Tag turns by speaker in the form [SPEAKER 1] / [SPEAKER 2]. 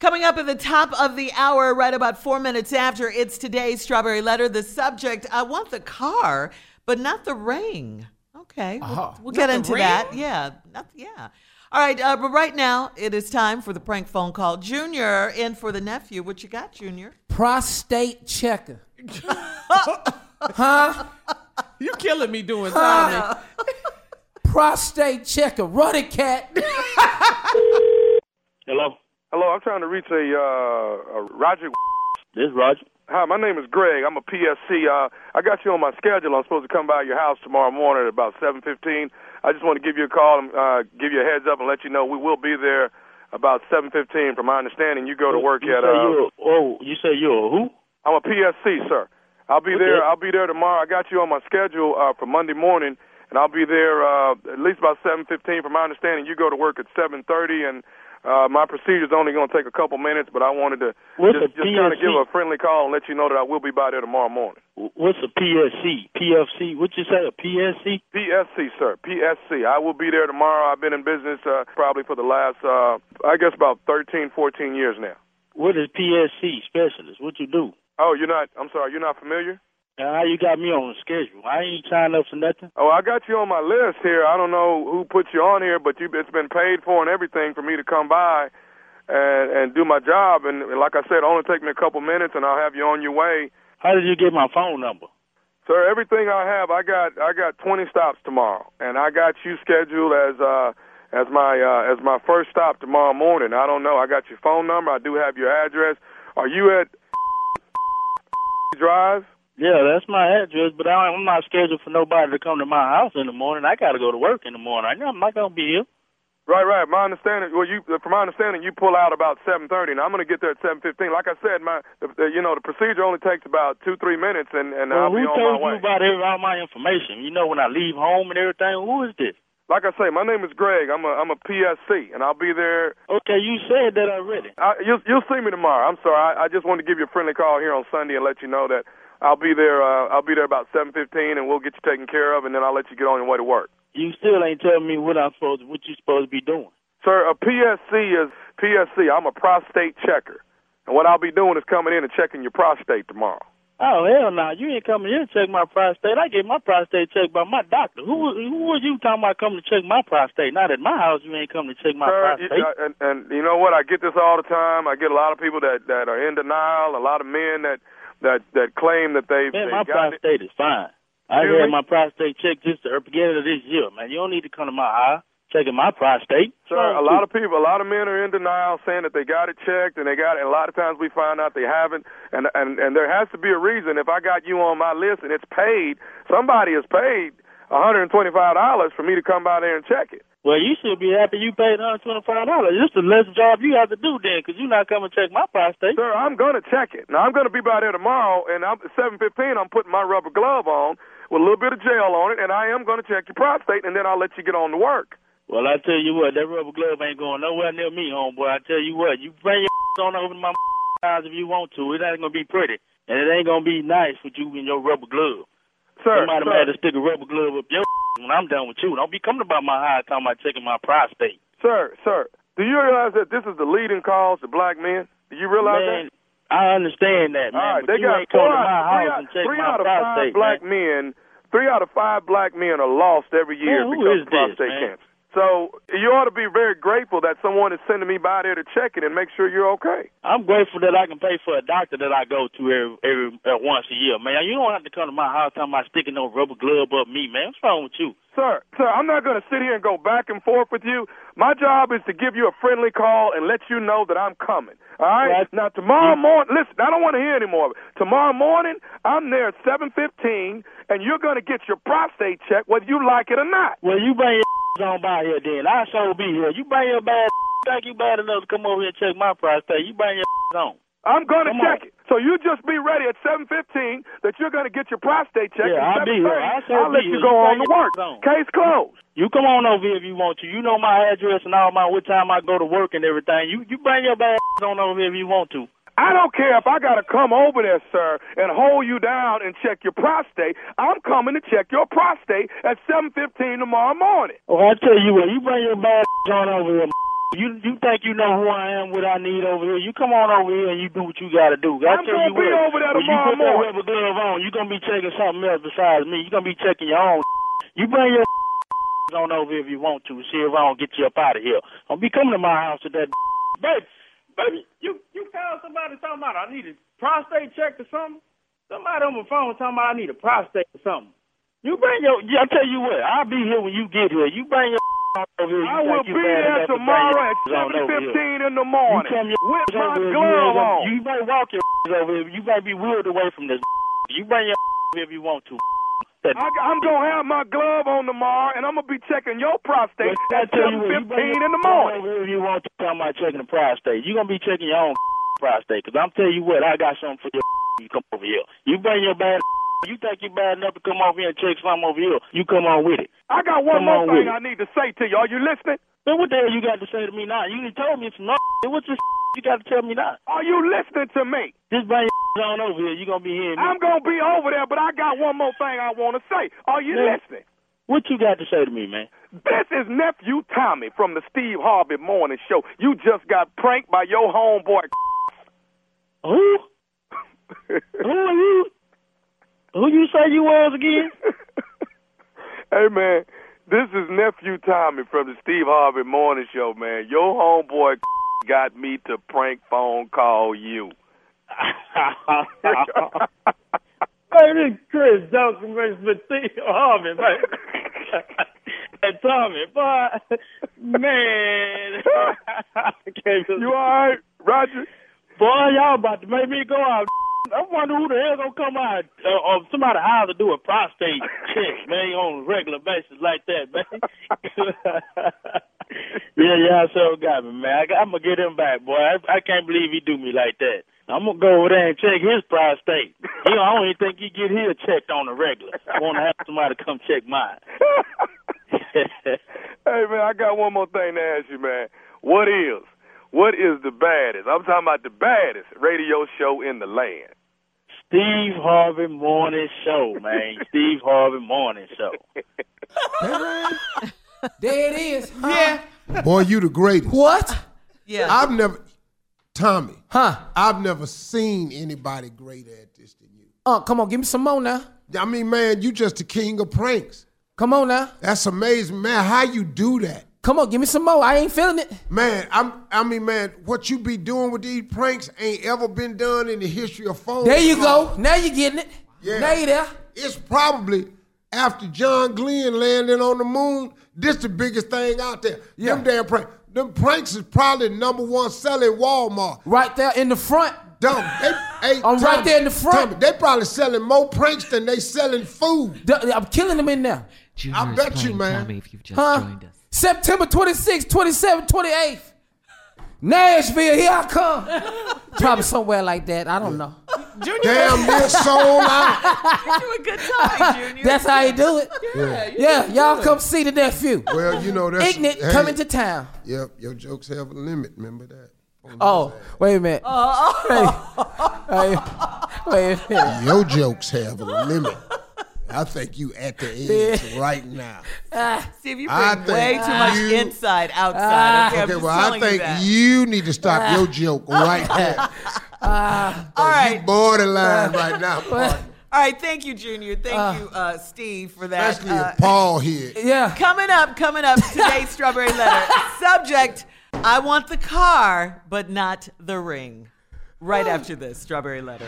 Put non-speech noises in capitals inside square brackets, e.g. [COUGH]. [SPEAKER 1] Coming up at the top of the hour, right about four minutes after, it's today's Strawberry Letter. The subject I want the car, but not the ring. Okay, we'll,
[SPEAKER 2] Oh.
[SPEAKER 1] we'll get
[SPEAKER 2] Not the
[SPEAKER 1] into
[SPEAKER 2] ring?
[SPEAKER 1] that. Yeah, not, yeah. All right, uh, but right now it is time for the prank phone call. Junior in for the nephew. What you got, Junior?
[SPEAKER 3] prostate
[SPEAKER 2] [LAUGHS]
[SPEAKER 3] checker.
[SPEAKER 2] You killing me doing time.
[SPEAKER 3] Prostate checker. Run it, cat.
[SPEAKER 4] Hello.
[SPEAKER 5] Hello, I'm trying to reach a, uh, a Roger.
[SPEAKER 4] This is Roger.
[SPEAKER 5] Hi, my name is Greg. I'm a PSC. Uh, I got you on my schedule. I'm supposed to come by your house tomorrow morning at about 7:15. I just want to give you a call and uh, give you a heads up and let you know we will be there about 7:15. From my understanding, you go to work
[SPEAKER 4] you
[SPEAKER 5] at.
[SPEAKER 4] say
[SPEAKER 5] Uh,
[SPEAKER 4] you're a- oh, you say you're a who?
[SPEAKER 5] I'm a PSC, sir. I'll be there. I'll be there tomorrow. I got you on my schedule uh, for Monday morning, and I'll be there uh, at least by 7:15. From my understanding, you go to work at 7:30, and uh, my procedure's only going to take a couple minutes. But I wanted to
[SPEAKER 4] What's
[SPEAKER 5] just,
[SPEAKER 4] a
[SPEAKER 5] just kind of
[SPEAKER 4] PSC?
[SPEAKER 5] give a friendly call and let you know that I will be by there tomorrow morning.
[SPEAKER 4] What's a PSC? PFC? What you say? A PSC?
[SPEAKER 5] PSC, sir. PSC. I will be there tomorrow. I've been in business uh, probably for the last, uh, I guess, about 13, 14 years now.
[SPEAKER 4] What is PSC specialist? What you do?
[SPEAKER 5] Oh, you're not. I'm sorry. You're not familiar.
[SPEAKER 4] Now, how you got me on the schedule? I ain't signed up for nothing.
[SPEAKER 5] Oh, I got you on my list here. I don't know who put you on here, but you it's been paid for and everything for me to come by and and do my job. And like I said, it'll only take me a couple minutes, and I'll have you on your way,
[SPEAKER 4] How did you get my phone number?
[SPEAKER 5] sir. Everything I have, I got I got 20 stops tomorrow, and I got you scheduled as uh as my uh, as my first stop tomorrow morning. I don't know. I got your phone number. I do have your address. Are you at [LAUGHS] Drive?
[SPEAKER 4] Yeah, that's my address, but I, I'm not scheduled for nobody to come to my house in the morning. I got to go to work in the morning. I know I'm not gonna be here.
[SPEAKER 5] Right, right. My understanding, well, you uh, from my understanding, you pull out about seven thirty, and I'm going to get there at seven fifteen. Like I said, my the, the, you know the procedure only takes about two three minutes, and and I'll
[SPEAKER 4] well,
[SPEAKER 5] be
[SPEAKER 4] who
[SPEAKER 5] on
[SPEAKER 4] told
[SPEAKER 5] my way.
[SPEAKER 4] you about every, all my information? You know, when I leave home and everything. Who is this?
[SPEAKER 5] like I say, my name is Greg. I'm a I'm a PSC, and I'll be there.
[SPEAKER 4] Okay, you said that already.
[SPEAKER 5] I, you'll you'll see me tomorrow. I'm sorry. I, I just wanted to give you a friendly call here on Sunday and let you know that I'll be there. Uh, I'll be there about seven fifteen, and we'll get you taken care of, and then I'll let you get on your way to work.
[SPEAKER 4] You still ain't telling me what I'm supposed, what you supposed to be doing.
[SPEAKER 5] Sir, a PSC is PSC. I'm a prostate checker, and what I'll be doing is coming in and checking your prostate tomorrow.
[SPEAKER 4] Oh hell no! You ain't coming here to check my prostate. I get my prostate checked by my doctor. Who who was you talking about coming to check my prostate? Not at my house. You ain't coming to check my
[SPEAKER 5] Sir, you-
[SPEAKER 4] prostate.
[SPEAKER 5] uh, and, and you know what? I get this all the time. I get a lot of people that that are in denial. A lot of men that that that claim that they've,
[SPEAKER 4] Man,
[SPEAKER 5] they've
[SPEAKER 4] my
[SPEAKER 5] gotten it.
[SPEAKER 4] prostate is fine. I
[SPEAKER 5] Excuse
[SPEAKER 4] had
[SPEAKER 5] me?
[SPEAKER 4] my prostate checked just at the beginning of this year, man. You don't need to come to my house checking my prostate.
[SPEAKER 5] Sir, a lot of people, a lot of men are in denial, saying that they got it checked and they got it. And a lot of times we find out they haven't, and and and there has to be a reason. If I got you on my list and it's paid, somebody has paid one hundred and twenty-five dollars for me to come by there and check it.
[SPEAKER 4] Well, you should be happy you paid $125. This is the less job you have to do then, 'cause you're not coming to check my prostate.
[SPEAKER 5] Sir, I'm gonna check it. Now I'm gonna be by there tomorrow, and I'm at 7:15. I'm putting my rubber glove on with a little bit of gel on it, and I am gonna check your prostate, and then I'll let you get on to work.
[SPEAKER 4] Well, I tell you what, that rubber glove ain't going nowhere near me, homeboy. I tell you what, you bring your [LAUGHS] on over to my house if you want to. It ain't gonna be pretty, and it ain't gonna be nice with you in your rubber glove.
[SPEAKER 5] Sir,
[SPEAKER 4] Somebody
[SPEAKER 5] sir,
[SPEAKER 4] might have to stick a rubber glove up your [LAUGHS] when I'm done with you. Don't be coming about my house talking about checking my prostate.
[SPEAKER 5] sir, sir, do you realize that this is the leading cause to black men? Do you realize
[SPEAKER 4] Man,
[SPEAKER 5] that?
[SPEAKER 4] I understand that, man.
[SPEAKER 5] All
[SPEAKER 4] but
[SPEAKER 5] right, they
[SPEAKER 4] you
[SPEAKER 5] got
[SPEAKER 4] ain't
[SPEAKER 5] four
[SPEAKER 4] coming to
[SPEAKER 5] out,
[SPEAKER 4] my
[SPEAKER 5] three,
[SPEAKER 4] house
[SPEAKER 5] out,
[SPEAKER 4] and checking
[SPEAKER 5] three
[SPEAKER 4] my
[SPEAKER 5] out of
[SPEAKER 4] prostate,
[SPEAKER 5] five black
[SPEAKER 4] man.
[SPEAKER 5] men. Three out of five black men are lost every year
[SPEAKER 4] Man, who
[SPEAKER 5] because
[SPEAKER 4] is
[SPEAKER 5] of
[SPEAKER 4] this,
[SPEAKER 5] prostate
[SPEAKER 4] man?
[SPEAKER 5] cancer. So you ought to be very grateful that someone is sending me by there to check it and make sure you're okay.
[SPEAKER 4] I'm grateful that I can pay for a doctor that I go to every every uh, once a year, man. You don't have to come to my house talking about sticking no rubber glove up me, man. What's wrong with you?
[SPEAKER 5] Sir, sir, I'm not going to sit here and go back and forth with you. My job is to give you a friendly call and let you know that I'm coming. All right.
[SPEAKER 4] Right.
[SPEAKER 5] Now tomorrow morning, listen, I don't want to hear any more. of it. Tomorrow morning, I'm there at 7:15, and you're going to get your prostate check whether you like it or not.
[SPEAKER 4] Well, you bring your [LAUGHS] on by here then. I sure be here. You bring your bad [LAUGHS] think you bad enough to come over here and check my prostate. You bring your [LAUGHS] on.
[SPEAKER 5] I'm going to
[SPEAKER 4] Come
[SPEAKER 5] check
[SPEAKER 4] on.
[SPEAKER 5] it. So you just be ready at 7:15 that you're going to get your prostate check.
[SPEAKER 4] Yeah, I'll
[SPEAKER 5] at
[SPEAKER 4] be here.
[SPEAKER 5] 7:30.
[SPEAKER 4] I shall
[SPEAKER 5] I'll let
[SPEAKER 4] be
[SPEAKER 5] you
[SPEAKER 4] here.
[SPEAKER 5] go
[SPEAKER 4] You
[SPEAKER 5] on
[SPEAKER 4] bring
[SPEAKER 5] to
[SPEAKER 4] your
[SPEAKER 5] work.
[SPEAKER 4] on.
[SPEAKER 5] Case closed.
[SPEAKER 4] You come on over here if you want to. You know my address and all my what time I go to work and everything. You you bring your [LAUGHS] bad on over here if you want to.
[SPEAKER 5] I don't care if I got to come over there, sir, and hold you down and check your prostate. I'm coming to check your prostate at 7:15 tomorrow morning.
[SPEAKER 4] Oh, I tell you what, you bring your bad [LAUGHS] on over here. You you think you know who I am, what I need over here? You come on over here and you do what you gotta do. I
[SPEAKER 5] I'm
[SPEAKER 4] tell
[SPEAKER 5] gonna
[SPEAKER 4] you
[SPEAKER 5] be
[SPEAKER 4] what,
[SPEAKER 5] over there
[SPEAKER 4] when you
[SPEAKER 5] tomorrow
[SPEAKER 4] put that
[SPEAKER 5] morning.
[SPEAKER 4] rubber glove on, you gonna be checking something else besides me. you gonna be checking your own. [LAUGHS] You bring your [LAUGHS] on over here if you want to. See if I don't get you up out of here. Don't be coming to my house with that.
[SPEAKER 6] Baby, baby, you you called somebody talking about I need a prostate check or something. Somebody on my phone talking about I need a prostate or something.
[SPEAKER 4] You bring your. I tell you what, I'll be here when you get here. You bring your [LAUGHS] on over here. You
[SPEAKER 5] I will
[SPEAKER 4] think
[SPEAKER 5] be
[SPEAKER 4] you bad
[SPEAKER 5] there
[SPEAKER 4] enough to bring
[SPEAKER 5] tomorrow at
[SPEAKER 4] your on over here.
[SPEAKER 5] 7:15 in the
[SPEAKER 4] You
[SPEAKER 5] morning
[SPEAKER 4] come your [LAUGHS]
[SPEAKER 5] with my
[SPEAKER 4] over here, you,
[SPEAKER 5] glove
[SPEAKER 4] ain't gonna-
[SPEAKER 5] on.
[SPEAKER 4] You might walk your [LAUGHS] over here. You might be wheeled away from this. [LAUGHS] You bring your over here if you want to. That
[SPEAKER 5] I, I'm gonna have my glove on tomorrow, and I'm gonna be checking your prostate
[SPEAKER 4] I
[SPEAKER 5] at
[SPEAKER 4] tell you what, you
[SPEAKER 5] 7:15
[SPEAKER 4] bring
[SPEAKER 5] in the
[SPEAKER 4] your
[SPEAKER 5] morning.
[SPEAKER 4] Over here if you want to talk about checking the prostate, you're gonna be checking your own [LAUGHS] prostate. Cause I'm telling you what, I got something [LAUGHS] for you. You come over here. You bring your bad. [LAUGHS] You think you bad enough to come over here and check something over here? You come on with it.
[SPEAKER 5] I got one
[SPEAKER 4] Come on
[SPEAKER 5] more thing
[SPEAKER 4] with it.
[SPEAKER 5] I need to say to you. Are you listening?
[SPEAKER 4] Then what the hell you got to say to me now? You done told me some. [LAUGHS] other- What's this you got to tell me now?
[SPEAKER 5] Are you listening to me?
[SPEAKER 4] Just bring your [LAUGHS] on over here. You gonna be hearing me.
[SPEAKER 5] I'm gonna be over there, but I got one more thing I want to say. Are you
[SPEAKER 4] Yeah.
[SPEAKER 5] listening?
[SPEAKER 4] What you got to say to me, man?
[SPEAKER 5] This is nephew Tommy from the Steve Harvey Morning Show. You just got pranked by your homeboy. [LAUGHS]
[SPEAKER 4] Who? Who are you? Who you say you was
[SPEAKER 5] [LAUGHS]
[SPEAKER 4] again? [LAUGHS]
[SPEAKER 5] hey man, this is nephew Tommy from the Steve Harvey Morning Show. Man, your homeboy [LAUGHS] got me to prank phone call you. [LAUGHS]
[SPEAKER 6] Hey, this is Chris Johnson versus Matthew Harvey, man. and Tommy, boy, man. [LAUGHS] I can't believe-
[SPEAKER 5] you all right, Roger? [LAUGHS]
[SPEAKER 6] boy, y'all about to make me go out. I wonder who the hell gonna come out uh, of somebody's house to do a prostate check, man, on a regular basis like that, man.
[SPEAKER 4] yeah, yeah, so got me, man. I, got- I'm gonna get him back, boy. I, I can't believe he do me like that. I'm gonna go over there and check his prostate. You know, I don't even think he get his checked on the regular. I want to have somebody come check mine. [LAUGHS]
[SPEAKER 5] hey man, I got one more thing to ask you, man. What is what is the baddest? I'm talking about the baddest radio show in the land.
[SPEAKER 4] Steve Harvey Morning Show, man. Steve Harvey Morning Show.
[SPEAKER 3] There it is. Huh?
[SPEAKER 2] [LAUGHS] Yeah.
[SPEAKER 7] Boy, you the greatest.
[SPEAKER 3] What?
[SPEAKER 1] Yeah.
[SPEAKER 7] I've never, Tommy.
[SPEAKER 3] Huh?
[SPEAKER 7] I've never seen anybody greater at this than you.
[SPEAKER 3] Uh, come on, give me some more now.
[SPEAKER 7] I mean, man, you just the king of pranks.
[SPEAKER 3] Come on now.
[SPEAKER 7] That's amazing, man. How you do that,
[SPEAKER 3] Come on, give me some more. I ain't feeling it.
[SPEAKER 7] man? I'm, I mean, man, what you be doing with these pranks ain't ever been done in the history of phone.
[SPEAKER 3] There you
[SPEAKER 7] calls.
[SPEAKER 3] go. Now you getting it.
[SPEAKER 7] Yeah.
[SPEAKER 3] Now you there.
[SPEAKER 7] It's probably after John Glenn landing on the moon. This the biggest thing out there.
[SPEAKER 3] Yeah.
[SPEAKER 7] Them damn pranks. Them pranks is probably number one selling Walmart.
[SPEAKER 3] Right there in the front.
[SPEAKER 7] Dumb. They, hey,
[SPEAKER 3] I'm right there in the front.
[SPEAKER 7] Tommy, they probably selling more pranks than they selling food.
[SPEAKER 3] D- I'm killing them in there.
[SPEAKER 7] I
[SPEAKER 1] Junior is
[SPEAKER 7] bet you,
[SPEAKER 1] playing
[SPEAKER 7] man.
[SPEAKER 1] Mm, Tommy, if you've just
[SPEAKER 3] Huh?
[SPEAKER 1] joined us.
[SPEAKER 3] September 26th, 27th, 28th. Nashville, here I
[SPEAKER 2] [LAUGHS]
[SPEAKER 3] come. Probably somewhere like that. I don't know.
[SPEAKER 2] Junior,
[SPEAKER 3] [LAUGHS]
[SPEAKER 7] Damn near sold out.
[SPEAKER 1] You a good
[SPEAKER 7] [LAUGHS]
[SPEAKER 1] time, Junior.
[SPEAKER 3] That's how you do it.
[SPEAKER 7] Yeah.
[SPEAKER 3] Yeah, y'all come see the nephew.
[SPEAKER 7] Well, you know that's
[SPEAKER 3] Ignorant
[SPEAKER 7] hey,
[SPEAKER 3] coming to town.
[SPEAKER 7] Yep, your jokes have a limit. Remember that.
[SPEAKER 3] Oh, wait a minute. Hey. Hey. Wait a minute.
[SPEAKER 7] Your jokes have a limit. I think you at the edge right now.
[SPEAKER 1] Steve, you
[SPEAKER 7] I
[SPEAKER 1] bring way too
[SPEAKER 7] think
[SPEAKER 1] much
[SPEAKER 7] you- Ah,
[SPEAKER 1] inside outside. Okay, I'm
[SPEAKER 7] Okay,
[SPEAKER 1] just
[SPEAKER 7] well, I
[SPEAKER 1] telling you
[SPEAKER 7] think
[SPEAKER 1] that.
[SPEAKER 7] you, need to stop
[SPEAKER 3] Ah.
[SPEAKER 7] your joke right
[SPEAKER 3] [LAUGHS]
[SPEAKER 7] there.
[SPEAKER 1] All right,
[SPEAKER 7] Borderline right
[SPEAKER 3] [LAUGHS]
[SPEAKER 7] now, partner.
[SPEAKER 1] all right. Thank you, Junior. Thank
[SPEAKER 7] Ah.
[SPEAKER 1] you, uh, Steve, for that.
[SPEAKER 7] Especially
[SPEAKER 1] Uh,
[SPEAKER 7] if Paul here.
[SPEAKER 3] Yeah.
[SPEAKER 1] Coming up, coming up, today's strawberry letter. Subject I want the car, but not the ring. Right after this, strawberry letter.